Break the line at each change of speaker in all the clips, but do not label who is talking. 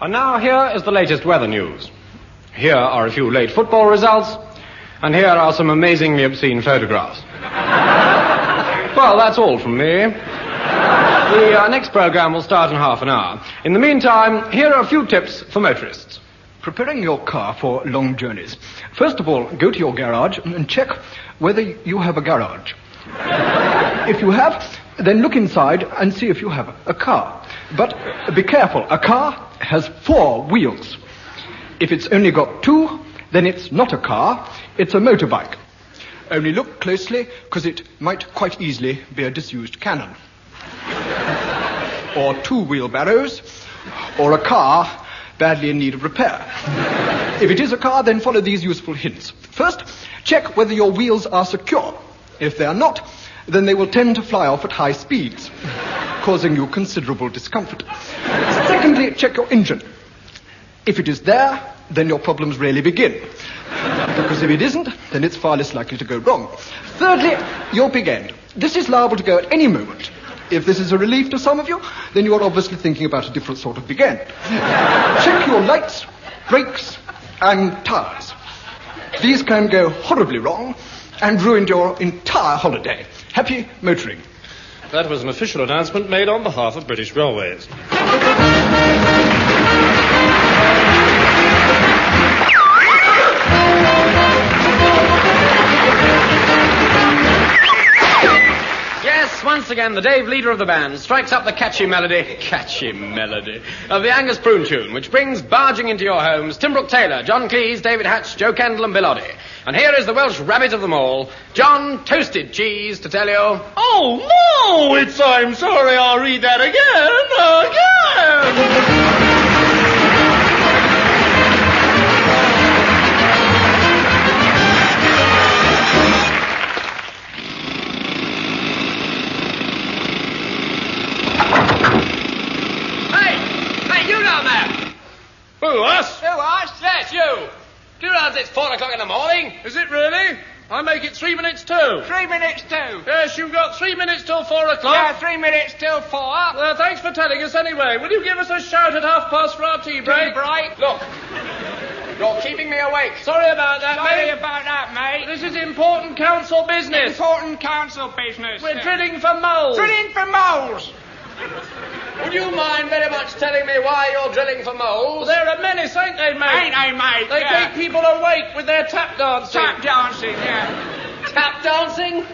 And now here is the latest weather news. Here are a few late football results, and here are some amazingly obscene photographs. well, that's all from me. The uh, next program will start in half an hour. In the meantime, here are a few tips for motorists.
Preparing your car for long journeys. First of all, go to your garage and check whether you have a garage. if you have, then look inside and see if you have a car. But be careful, a car has four wheels. If it's only got two, then it's not a car, it's a motorbike. Only look closely, because it might quite easily be a disused cannon. or two wheelbarrows, or a car badly in need of repair. if it is a car, then follow these useful hints. First, check whether your wheels are secure. If they are not, then they will tend to fly off at high speeds, causing you considerable discomfort. Secondly, check your engine. If it is there, then your problems really begin. Because if it isn't, then it's far less likely to go wrong. Thirdly, your big end. This is liable to go at any moment. If this is a relief to some of you, then you are obviously thinking about a different sort of big end. Check your lights, brakes, and tires. These can go horribly wrong and ruin your entire holiday. Happy motoring.
That was an official announcement made on behalf of British Railways. Yes, once again, the Dave, leader of the band, strikes up the catchy melody, catchy melody, of the Angus Prune tune, which brings barging into your homes Tim Brooke Taylor, John Cleese, David Hatch, Joe Candle, and Bill Oddie. And here is the Welsh rabbit of them all, John Toasted Cheese, to tell you.
Oh, no! It's I'm sorry, I'll read that again, again!
Hey! Hey, you down there!
Who, us?
Who are? Yes, you! Do you realize it's four o'clock in the morning?
Is it really? I make it three minutes two.
Three minutes to.
Yes, you've got three minutes till four o'clock.
three minutes till four.
Well, thanks for telling us anyway. Will you give us a shout at half past for our tea break?
Look, you're keeping me awake.
Sorry about that, mate.
about that, mate.
This is important council business.
Important council business.
We're drilling for moles.
drilling for moles. Would you mind very much telling me why you're drilling for moles?
They're a menace, ain't they, mate?
Ain't they, mate?
They
yeah.
keep people awake with their tap dancing.
tap dancing, yeah.
Tap dancing?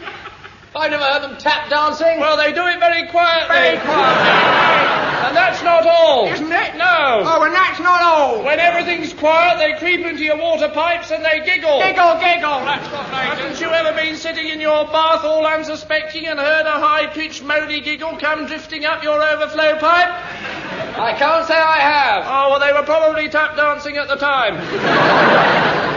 I've never heard them tap dancing.
Well, they do it very quietly.
Very quiet.
And that's not all.
Isn't it?
No.
Oh, and that's not all.
When everything's quiet, they creep into your water pipes and they giggle.
Giggle, giggle, that's what they do.
Haven't you ever been sitting in your bath all unsuspecting and heard a high-pitched moany giggle come drifting up your overflow pipe?
I can't say I have.
Oh, well, they were probably tap dancing at the time.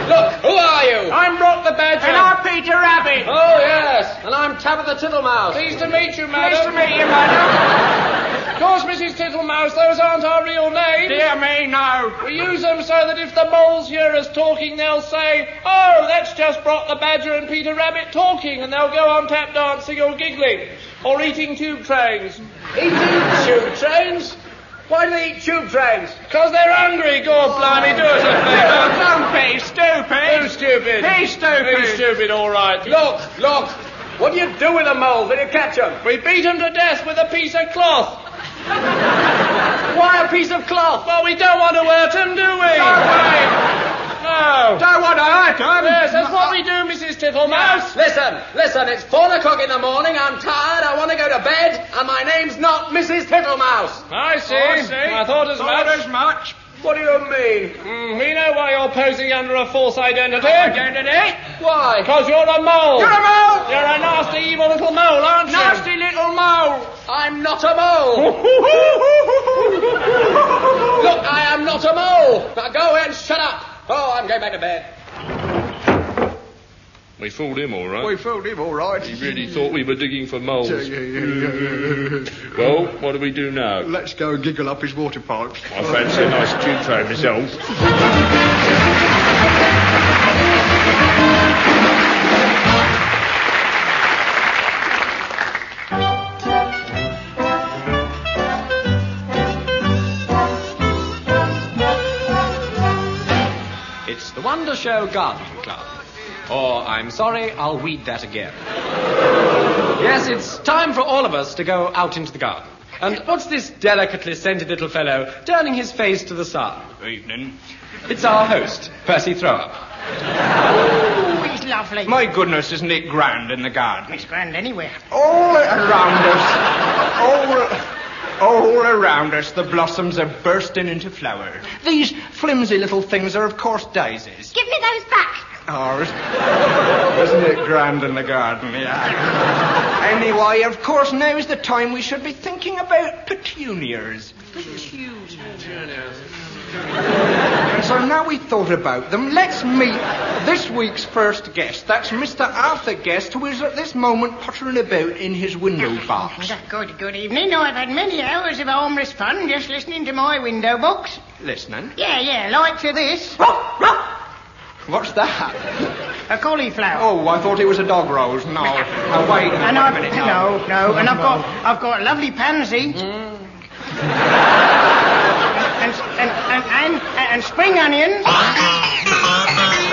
Look, who are you?
I'm Brock the Badger.
And I'm Peter Rabbit.
Oh, yes. And I'm Tabitha Tittlemouse.
Pleased to meet you,
Nice to
madam.
meet you, madam.
Of course, Mrs. Tittlemouse, those aren't our real names.
Dear me, no.
We use them so that if the moles hear us talking, they'll say, Oh, that's just Brock the Badger and Peter Rabbit talking, and they'll go on tap dancing or giggling or eating tube trains.
Eating tube trains? Why do they eat tube trains?
Because they're hungry, God blimey, do us a
Don't be
favour. Who's
stupid.
stupid?
He's stupid.
He's stupid, all right.
Look, look. What do you do with a mole? Did you catch them?
we beat him to death with a piece of cloth.
Why a piece of cloth?
Well, we don't want to hurt him, do we? No.
Don't want to hurt him.
Yes, that's what we do, Mrs. Tittlemouse.
Listen, listen, it's four o'clock in the morning, I'm tired, I want to go to bed, and my name's not Mrs. Tittlemouse.
I see.
Oh, I see. Oh,
I thought as
Thought
much.
as much.
What do you mean?
Mm, we know why you're posing under a false identity.
Identity.
Why?
Because you're a mole.
You're a mole.
You're a nasty, evil little mole, aren't you?
Nasty little mole.
I'm not a mole. Look, I am not a mole. Now go and shut up. Oh, I'm going back to bed.
We fooled him, all right.
We fooled him, all right.
He really thought we were digging for moles.
Yeah, yeah, yeah, yeah.
Well, what do we do now?
Let's go and giggle up his water pipes.
I fancy a nice tube train myself.
Wonder Show Gardening Club. Or, I'm sorry, I'll read that again. yes, it's time for all of us to go out into the garden. And what's this delicately scented little fellow turning his face to the sun?
Evening.
It's our host, Percy Thrower.
Oh, he's lovely.
My goodness, isn't it grand in the garden?
It's grand anywhere.
All around us, all, all around us, the blossoms are bursting into flower. These flimsy little things are, of course, daisies.
Give me those back.
Oh, isn't it grand in the garden? Yeah. Anyway, of course, now is the time we should be thinking about petunias. And so now we've thought about them, let's meet this week's first guest. That's Mr. Arthur Guest, who is at this moment pottering about in his window box.
Good, good evening. I've had many hours of harmless fun just listening to my window box.
Listening.
Yeah, yeah, like to this.
What's that?
A cauliflower.
Oh, I thought it was a dog rose. No. Now, wait, wait
and
a
I've
minute. Mm.
no, no, and I've got I've got a lovely pansy. and, and, and, and, and and spring onions.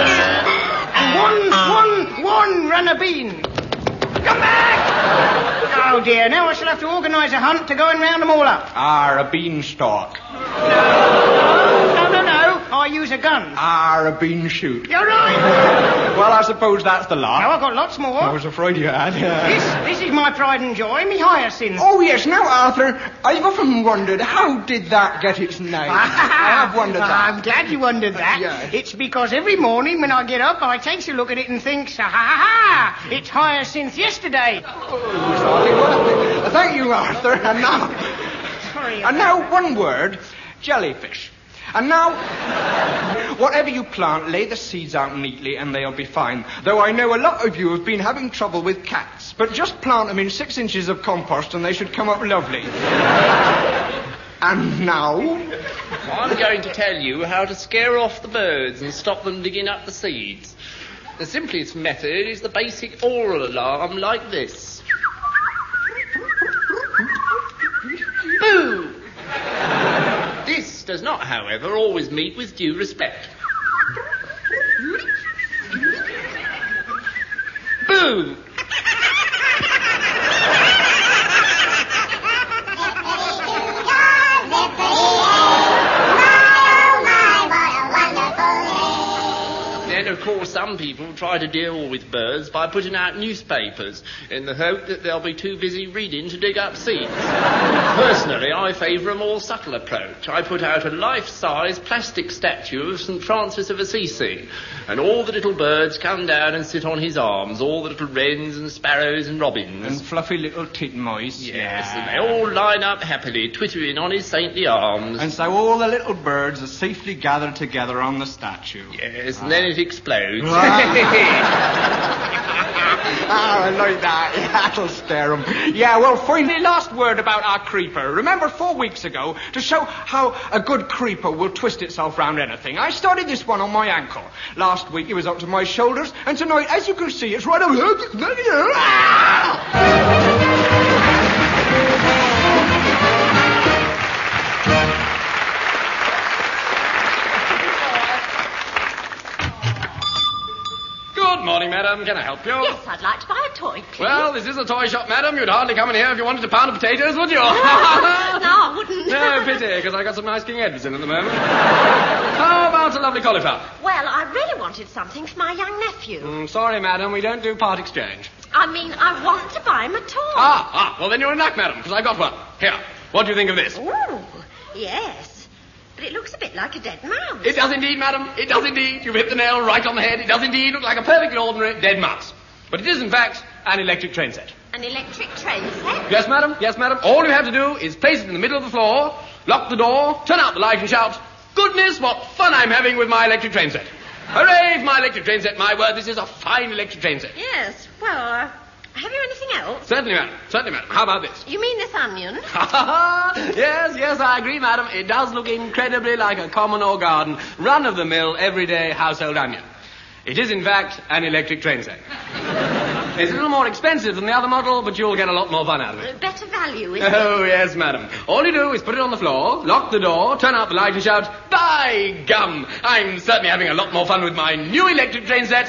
and one one one runner bean. Come back! Oh dear, now I shall have to organise a hunt to go and round them all up.
Ah, a beanstalk.
No, no, no. I use a gun.
Ah, a bean shoot.
You're right.
Well, I suppose that's the
Now
lot.
Oh, I've got lots
I
more.
was afraid you had. yeah.
This, this is my pride and joy, me hyacinth.
Oh, yes. Now, Arthur, I've often wondered how did that get its name? I have wondered
I'm
that.
glad you wondered that.
Yeah.
It's because every morning when I get up, I takes a look at it and thinks, ha ha ha, it's hyacinth yesterday.
Oh,
Thank you, Arthur. And now,
Sorry.
and now one word, jellyfish. And now, whatever you plant, lay the seeds out neatly and they'll be fine. Though I know a lot of you have been having trouble with cats, but just plant them in six inches of compost and they should come up lovely. and now,
I'm going to tell you how to scare off the birds and stop them digging up the seeds. The simplest method is the basic oral alarm like this. Boo! This does not, however, always meet with due respect. Boo! Then, of course, some people try to deal with birds by putting out newspapers in the hope that they'll be too busy reading to dig up seeds. Personally, I favour a more subtle approach. I put out a life-size plastic statue of St Francis of Assisi, and all the little birds come down and sit on his arms, all the little wrens and sparrows and robins.
and fluffy little titmice.
Yes, and they all line up happily, twittering on his saintly arms.
And so all the little birds are safely gathered together on the statue.
yes, and then it explodes.
Ah, I like that. That'll scare 'em. Yeah, well, finally, last word about our creeper. Remember four weeks ago, to show how a good creeper will twist itself round anything, I started this one on my ankle. Last week it was up to my shoulders, and tonight, as you can see, it's right over... Ah!
Good morning, madam. Can I help you?
Yes, I'd like to buy a toy, please.
Well, this is a toy shop, madam. You'd hardly come in here if you wanted a pound of potatoes, would you?
no, I wouldn't.
no pity, because I got some nice King Edwards in at the moment. How about a lovely cauliflower?
Well, I really wanted something for my young nephew.
Mm, sorry, madam, we don't do part exchange.
I mean, I want to buy him a toy.
Ah, ah, well then you're a knack, madam, because I got one. Here, what do you think of this?
Oh. Ooh, yes. But it looks a bit like a dead mouse.
It does indeed, madam. It does indeed. You've hit the nail right on the head. It does indeed look like a perfectly ordinary dead mouse. But it is, in fact, an electric train set.
An electric train set.
Yes, madam. Yes, madam. All you have to do is place it in the middle of the floor, lock the door, turn out the light, and shout, Goodness, what fun I'm having with my electric train set. Hooray for my electric train set. My word, this is a fine electric train set.
Yes. Well, uh, have you anything else?
Certainly, madam. Certainly, madam. How about this?
You mean this onion?
yes, yes, I agree, madam. It does look incredibly like a common or garden, run of the mill, everyday household onion. It is, in fact, an electric train set. It's a little more expensive than the other model, but you'll get a lot more fun out of it.
Uh, Better value, isn't it?
Oh, yes, madam. All you do is put it on the floor, lock the door, turn out the light, and shout, By gum! I'm certainly having a lot more fun with my new electric train set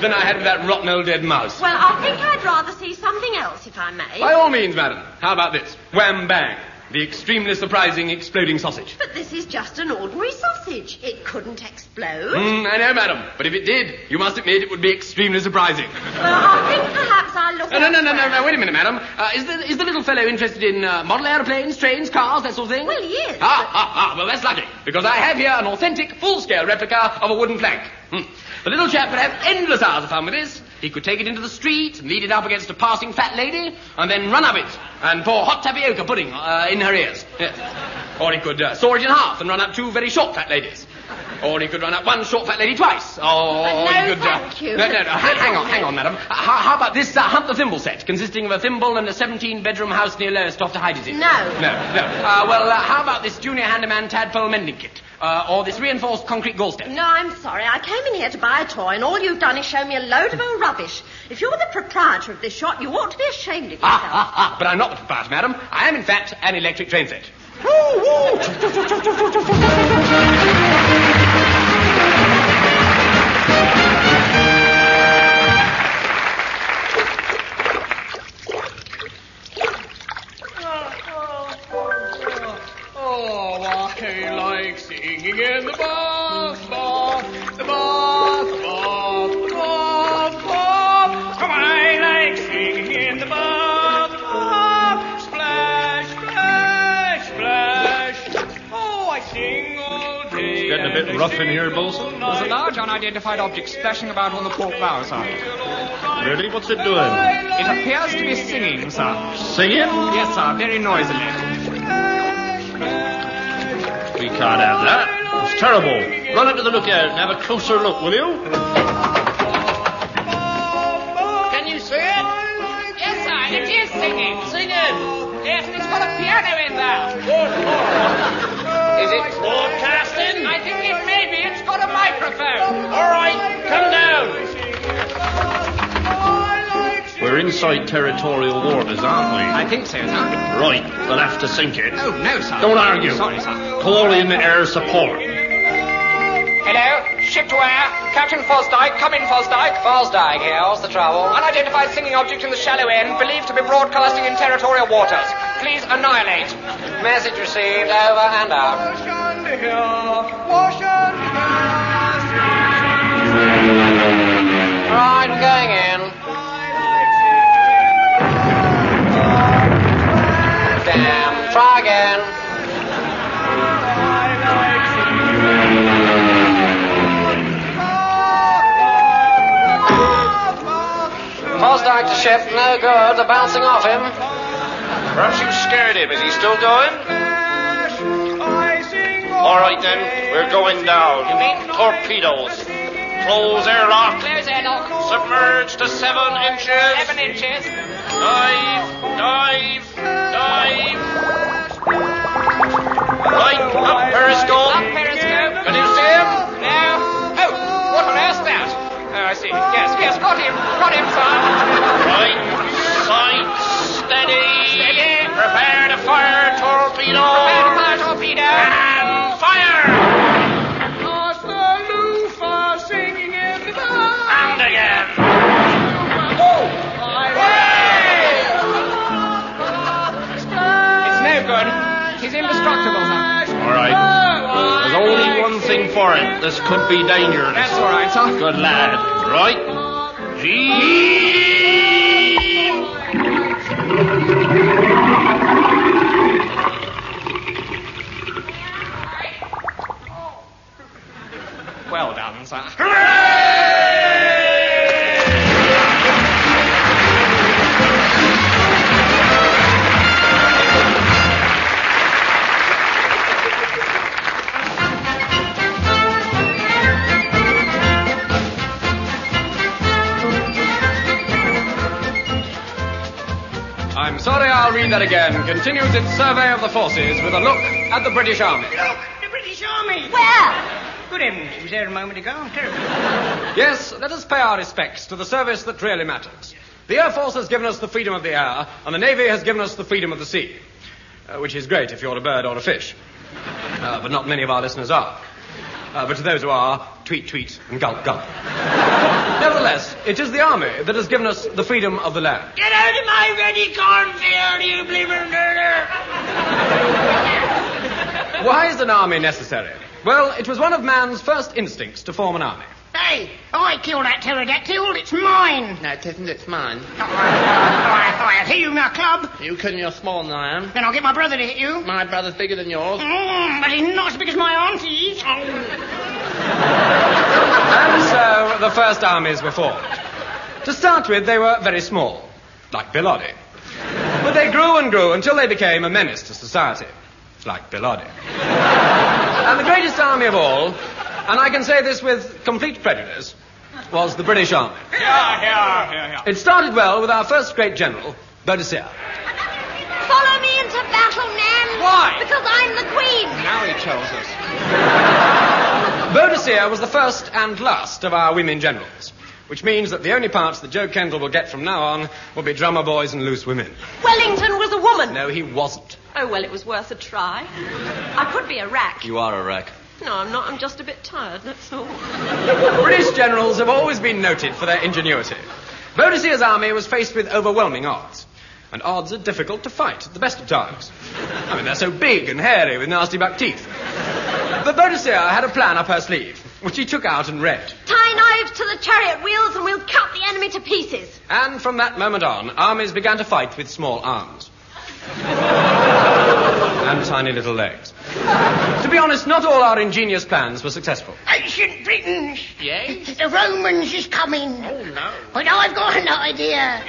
than I had with that rotten old dead mouse.
Well, I think I'd rather see something else, if I may.
By all means, madam. How about this? Wham bang. The extremely surprising exploding sausage.
But this is just an ordinary sausage. It couldn't explode.
Mm, I know, madam. But if it did, you must admit it would be extremely surprising.
Well, I think perhaps I'll look
No, no, no, no, no,
elsewhere.
no. Wait a minute, madam. Uh, is, the, is the little fellow interested in uh, model aeroplanes, trains, cars, that sort of thing?
Well, he is.
Ah, ah, ah. Well, that's lucky, because I have here an authentic, full-scale replica of a wooden plank. Hmm. The little chap could have endless hours of fun with this. He could take it into the street, lead it up against a passing fat lady, and then run up it and pour hot tapioca pudding uh, in her ears. Yes. Or he could uh, saw it in half and run up two very short fat ladies. Or he could run up one short fat lady twice. Or
no,
he could. uh,
thank you.
No, no, no. Ha- Hang on, hang on, madam. Uh, how, how about this uh, Hunt the Thimble set, consisting of a thimble and a 17 bedroom house near Lowestoft to hide it in?
No.
No, no. Uh, well, uh, how about this junior handyman tadpole mending kit? Uh, or this reinforced concrete gall step?
No, I'm sorry. I came in here to buy a toy, and all you've done is show me a load of old rubbish. If you're the proprietor of this shop, you ought to be ashamed of yourself.
Ah, ah, ah. But I'm not the proprietor, madam. I am, in fact, an electric train set.
Oh, I like singing in the bath, bath, the bath, bath, the bath, bath. Come on, I like singing in the bath, bath, splash, splash, splash. Oh, I sing all day.
Getting a bit
and I
rough in
sing
here,
all
Bolson?
night.
There's a large unidentified object splashing about on the port bow, sir.
Really? What's it doing?
It appears to be singing, sir.
Singing?
Yes, sir, very noisily.
We can't have that. It's terrible. Run up to the lookout and have a closer look, will you?
Can you sing it? Yes, I. It is singing. Sing it. Yes, it's got a piano in there. Is it broadcasting? I think it may be. It's got a microphone. All right, come down.
We're inside territorial waters, aren't
I think so, sir.
we? Right. We'll have to sink it.
Oh, no, sir.
Don't argue.
Sorry, sir.
Call in air support.
Hello, ship to air. Captain Fosdyke, come in, Fosdyke. Fosdyke here, what's the trouble? Unidentified singing object in the shallow end, believed to be broadcasting in territorial waters. Please annihilate. Message received, over and out. Right, I'm going in. Damn, try again. Fosdyke to ship, no good, they're bouncing off him. Perhaps you scared him, is he still going?
All right then, we're going down. You mean torpedoes? Close airlock. Submerge to seven inches. Seven inches. Dive, dive, dive. Right, up periscope. Up periscope. Can you see him?
Now, oh, what on earth's that? Oh, I see. Yes, yes, got him, got him, son.
Right, sight, steady.
Steady.
Prepare to fire torpedo.
Fire, fire, torpedo.
And fire!
singing in the
And again.
It's no good. He's indestructible, sir.
All right. There's only one thing for it. This could be dangerous.
That's all right, sir.
Good lad. Right? Gee!
Well done, sir.
I'm sorry, I'll read that again. Continues its survey of the forces with a look at the British Army.
Look, the British Army.
Where?
Good heavens, it was there a moment ago. I'm terribly.
Yes, let us pay our respects to the service that really matters. The Air Force has given us the freedom of the air, and the Navy has given us the freedom of the sea, uh, which is great if you're a bird or a fish. Uh, but not many of our listeners are. Uh, but to those who are, tweet, tweet, and gulp, gulp. Nevertheless, it is the army that has given us the freedom of the land.
Get out of my ready cornfield, you blibber nerder!
Why is an army necessary? Well, it was one of man's first instincts to form an army.
Hey, I killed that pterodactyl. It's mine.
No, it isn't. It's mine.
I, I, I hit you in my club.
You couldn't. You're smaller than I am.
Then I'll get my brother to hit you.
My brother's bigger than yours.
Mm, but he's not as big as my auntie.
And so the first armies were formed. To start with, they were very small, like Bilotti. But they grew and grew until they became a menace to society, like Bilotti. And the greatest army of all, and I can say this with complete prejudice, was the British Army.
Yeah, yeah, yeah, yeah.
It started well with our first great general, Boadicea.
Follow me into battle, Nan.
Why?
Because I'm the queen.
Now he tells us.
Boadicea was the first and last of our women generals, which means that the only parts that Joe Kendall will get from now on will be drummer boys and loose women.
Wellington was a woman.
No, he wasn't.
Oh, well, it was worth a try. I could be a rack.
You are a wreck.
No, I'm not. I'm just a bit tired, that's all.
British generals have always been noted for their ingenuity. Boadicea's army was faced with overwhelming odds. And odds are difficult to fight at the best of times. I mean, they're so big and hairy with nasty buck teeth. But Boadicea had a plan up her sleeve, which she took out and read.
Tie knives to the chariot wheels and we'll cut the enemy to pieces.
And from that moment on, armies began to fight with small arms. and tiny little legs. to be honest, not all our ingenious plans were successful.
Ancient Britain,
Yes?
the Romans is coming.
Oh, no.
But I've got an idea.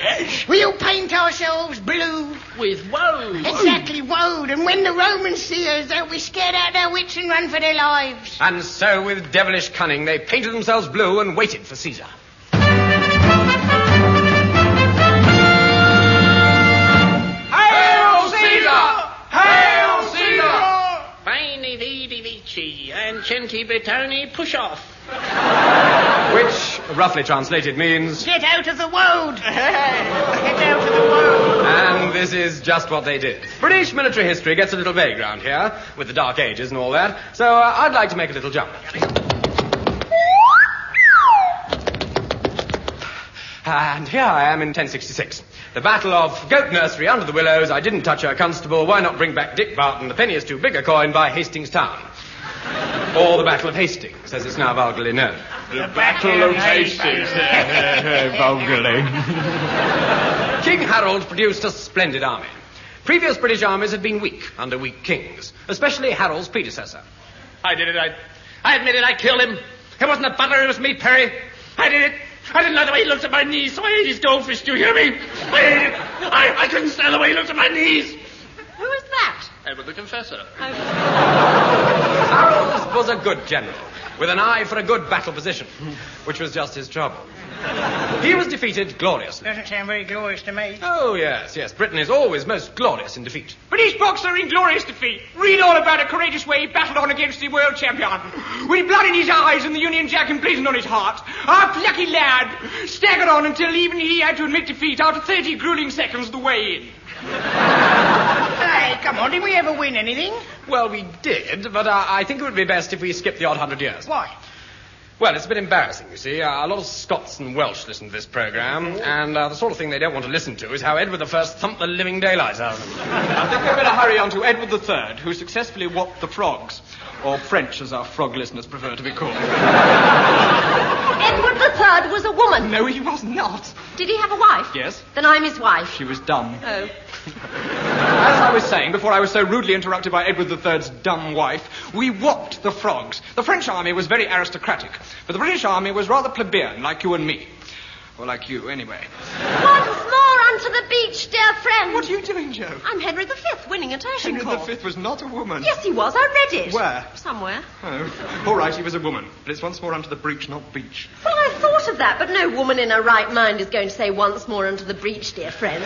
We'll paint ourselves blue.
With woes.
Exactly, woad. And when the Romans see us, they'll be scared out their wits and run for their lives.
And so, with devilish cunning, they painted themselves blue and waited for Caesar.
Hail Caesar! Hail Caesar!
Bene vidi vici and centi Bertoni push off.
Which, roughly translated, means,
Get out of the woad. Get out of the woad.
and this is just what they did. British military history gets a little vague round here, with the Dark Ages and all that, so uh, I'd like to make a little jump. And here I am in 1066. The Battle of Goat Nursery under the willows. I didn't touch her constable. Why not bring back Dick Barton? The penny is too big a coin by Hastings Town. or the Battle of Hastings, as it's now vulgarly known.
The Battle of Hastings. Vulgarly.
King Harold produced a splendid army. Previous British armies had been weak under weak kings, especially Harold's predecessor.
I did it. I, I admit it. I killed him. It wasn't the butler. It was me, Perry. I did it. I didn't like the way he looked at my knees, so I ate his goldfish. Do you hear me? I ate it. I, I couldn't stand the way he looked at my knees.
Who is that?
Edward the Confessor.
Harold was a good general, with an eye for a good battle position, which was just his trouble. He was defeated gloriously.
Doesn't sound very glorious to me.
Oh, yes, yes, Britain is always most glorious in defeat.
British boxer in glorious defeat. Read all about a courageous way he battled on against the world champion. With blood in his eyes and the Union Jack emblazoned on his heart, our plucky lad staggered on until even he had to admit defeat after 30 grueling seconds of the way in.
Hey, come on, did we ever win anything?
Well, we did, but uh, I think it would be best if we skipped the odd hundred years.
Why?
Well, it's a bit embarrassing, you see. Uh, a lot of Scots and Welsh listen to this program, and uh, the sort of thing they don't want to listen to is how Edward I thumped the living daylights out of them.
I think we'd better hurry on to Edward III, who successfully whopped the frogs. Or French, as our frog listeners prefer to be called.
Edward III was a woman.
No, he was not.
Did he have a wife?
Yes.
Then I'm his wife.
She was dumb.
Oh.
As I was saying before I was so rudely interrupted by Edward III's dumb wife, we whopped the frogs. The French army was very aristocratic, but the British army was rather plebeian, like you and me. Or like you, anyway.
Once more unto the beach, dear friend.
What are you doing, Joe?
I'm Henry V, winning at Agincourt.
Henry V was not a woman.
Yes, he was. I read it.
Where?
Somewhere.
Oh, all right, he was a woman, but it's once more under the breach, not beach.
Well, I thought of that, but no woman in her right mind is going to say once more unto the breach, dear friends.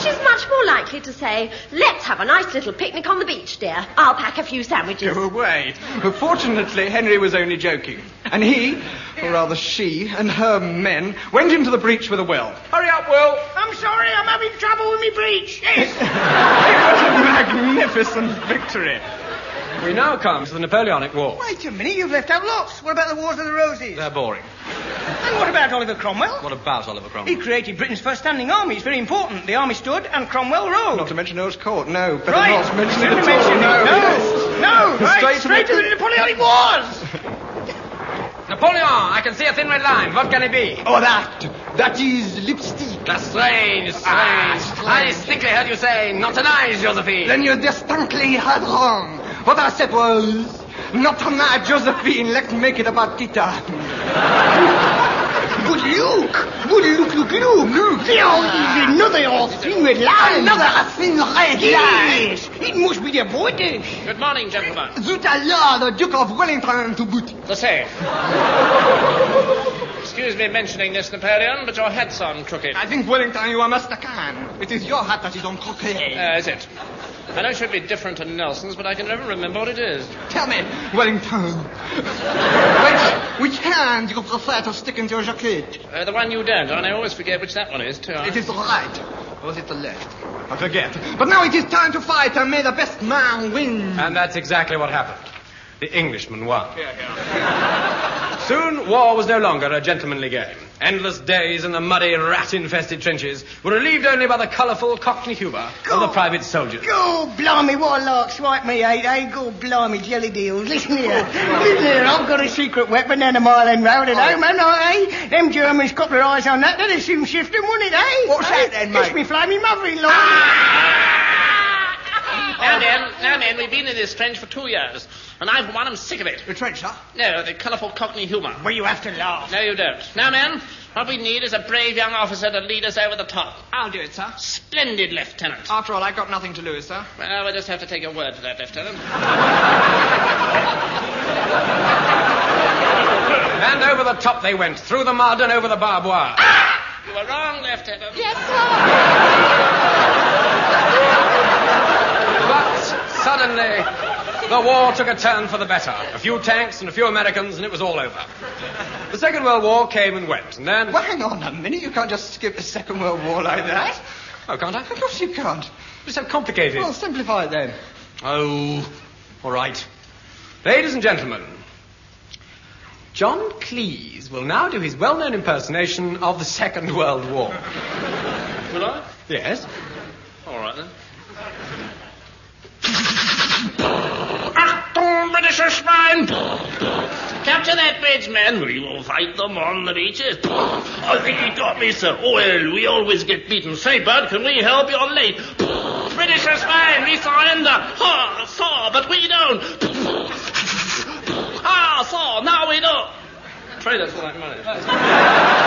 She's much more likely to say, let's have a nice little picnic on the beach, dear. I'll pack a few sandwiches.
Go away. But fortunately, Henry was only joking. And he
or rather she, and her men went into the breach with a will. Hurry up, Will!
I'm sorry, I'm having trouble with me breach.
It was a magnificent victory.
We now come to the Napoleonic War.
Wait a minute, you've left out lots. What about the Wars of the Roses?
They're boring.
And what about Oliver Cromwell?
What about Oliver
He
Cromwell?
created Britain's first standing army. It's very important. The army stood and Cromwell
Not
rode.
to mention Earl's Court, no. Better
Right.
not mention it
Shouldn't
at
have mentioned
all,
it.
no.
No,
Yes.
no. Right, straight to the
Napoleon.
Napoleonic Wars.
Napoleon, I can see a thin red line. What can it be?
Oh, that. That is lipstick.
That's strange, strange.
Ah.
I distinctly heard you say, not tonight, Josephine.
Then you distinctly had wrong. What I said was, not tonight, Josephine, let's make it about Tita. good look, good look, look, look, look. There is another thing red line. Another thing red
Yes,
it must be the British.
Good morning, gentlemen.
Zut alors, the Duke of Wellington to boot.
The same. Excuse me mentioning this, Napoleon, but your hat's on crooked.
I think, Wellington, you are Master Khan. It is your hat that is on croquet.
Uh, is it? I know it should be different to Nelson's, but I can never remember what it is.
Tell me, Wellington, which, which hand you prefer to stick into your jacket?
Uh, the one you don't, and I always forget which that one is, too. I-
It is the right. Or is it the left? I forget. But now it is time to fight, and may the best man win.
And that's exactly what happened. The Englishman won. Soon, war was no longer a gentlemanly game. Endless days in the muddy, rat-infested trenches were relieved only by the colourful Cockney humour of the private soldiers.
God blimey, what a lark. Swipe me eight, eh? God blimey, jelly deals. Listen
Oh,
here. Listen here, I've got a secret weapon down the Mile End Road
Oh.
at home, haven't I, eh? Them Germans got their eyes on that. They'd soon shift them, wouldn't it, eh?
What's
Eh?
that then, mate? Ah!
It's me flaming mother-in-law.
Now, then, now, then, we've been in this trench for two years, and I, for one, am sick of it.
The trench, huh?
No, the colourful Cockney humour.
Well, you have to laugh.
No, you don't. Now, men, what we need is a brave young officer to lead us over the top.
I'll do it, sir.
Splendid, Lieutenant.
After all, I've got nothing to lose, sir.
Well, we'll just have to take your word for that, Lieutenant.
And over the top they went, through the mud and over the barbed wire.
You were wrong, Lieutenant.
But suddenly, the war took a turn for the better. A few tanks and a few Americans, and it was all over. The Second World War came and went, and then.
Well, hang on a minute. You can't just skip the Second World War like that.
Oh, can't I?
Of course you can't.
It's so complicated.
Well, simplify it then.
Oh, all right. Ladies and gentlemen, John Cleese will now do his well known impersonation of the Second World War.
Will I?
Yes?
All right, then. Achtung, British Schwein! Capture that bridge, men. We will fight them on the beaches. I think he got me, sir. Oh, well, we always get beaten. Say, bud, can we help? You're late. British Schwein, we surrender. Ha, saw, but we don't. Ah, saw, now we don't. Trade us for that money.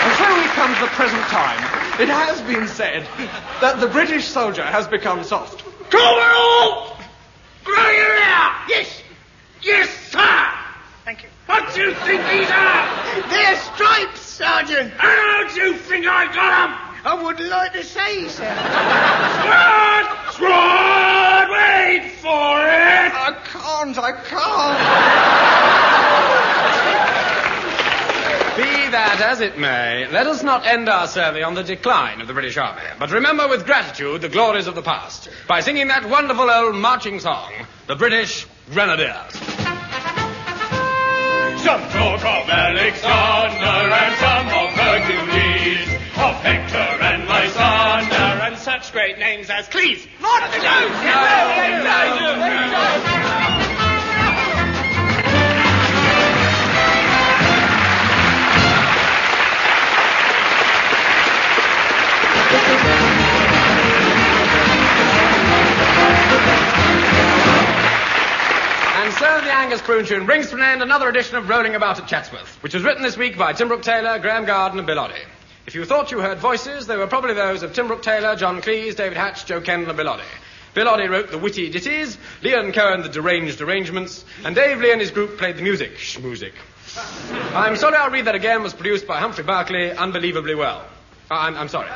And so we come to the present time. It has been said that the British soldier has become soft.
Coverall! Grow your hair! Yes! Yes, sir!
Thank you.
What do you think these are?
They're stripes, Sergeant.
How do you think I got
I would like to say, sir.
them? Squad! Squad! Wait for it!
I can't, I can't.
Be that as it may, let us not end our survey on the decline of the British Army, but remember with gratitude the glories of the past by singing that wonderful old marching song, The British Grenadiers.
Some talk of Alexander and some of Hercules, of Hector and Lysander and such great names as Cleese.
And so the Angus Prune Tune brings to an end another edition of Rolling About at Chatsworth, which was written this week by Tim Brooke Taylor, Graham Garden, and Bill Oddie. If you thought you heard voices, they were probably those of Tim Brooke Taylor, John Cleese, David Hatch, Joe Kendall, and Bill Oddie. Bill Oddie wrote the witty ditties, Leon Cohen the deranged arrangements, and Dave Lee and his group played the music, shmusic. I'm sorry I'll read that again was produced by Humphrey Barclay, unbelievably well. Uh, I'm, I'm sorry.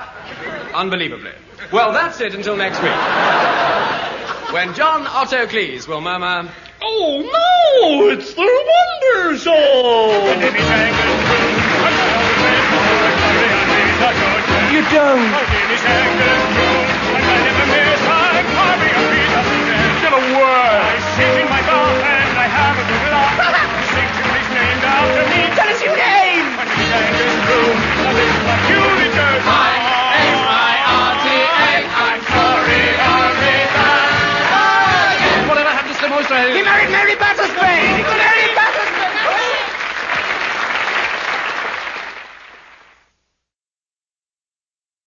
Unbelievably. Well, that's it until next week. when John Autocles will murmur,
Oh no, it's the Wonder Show!
You don't.
Don't.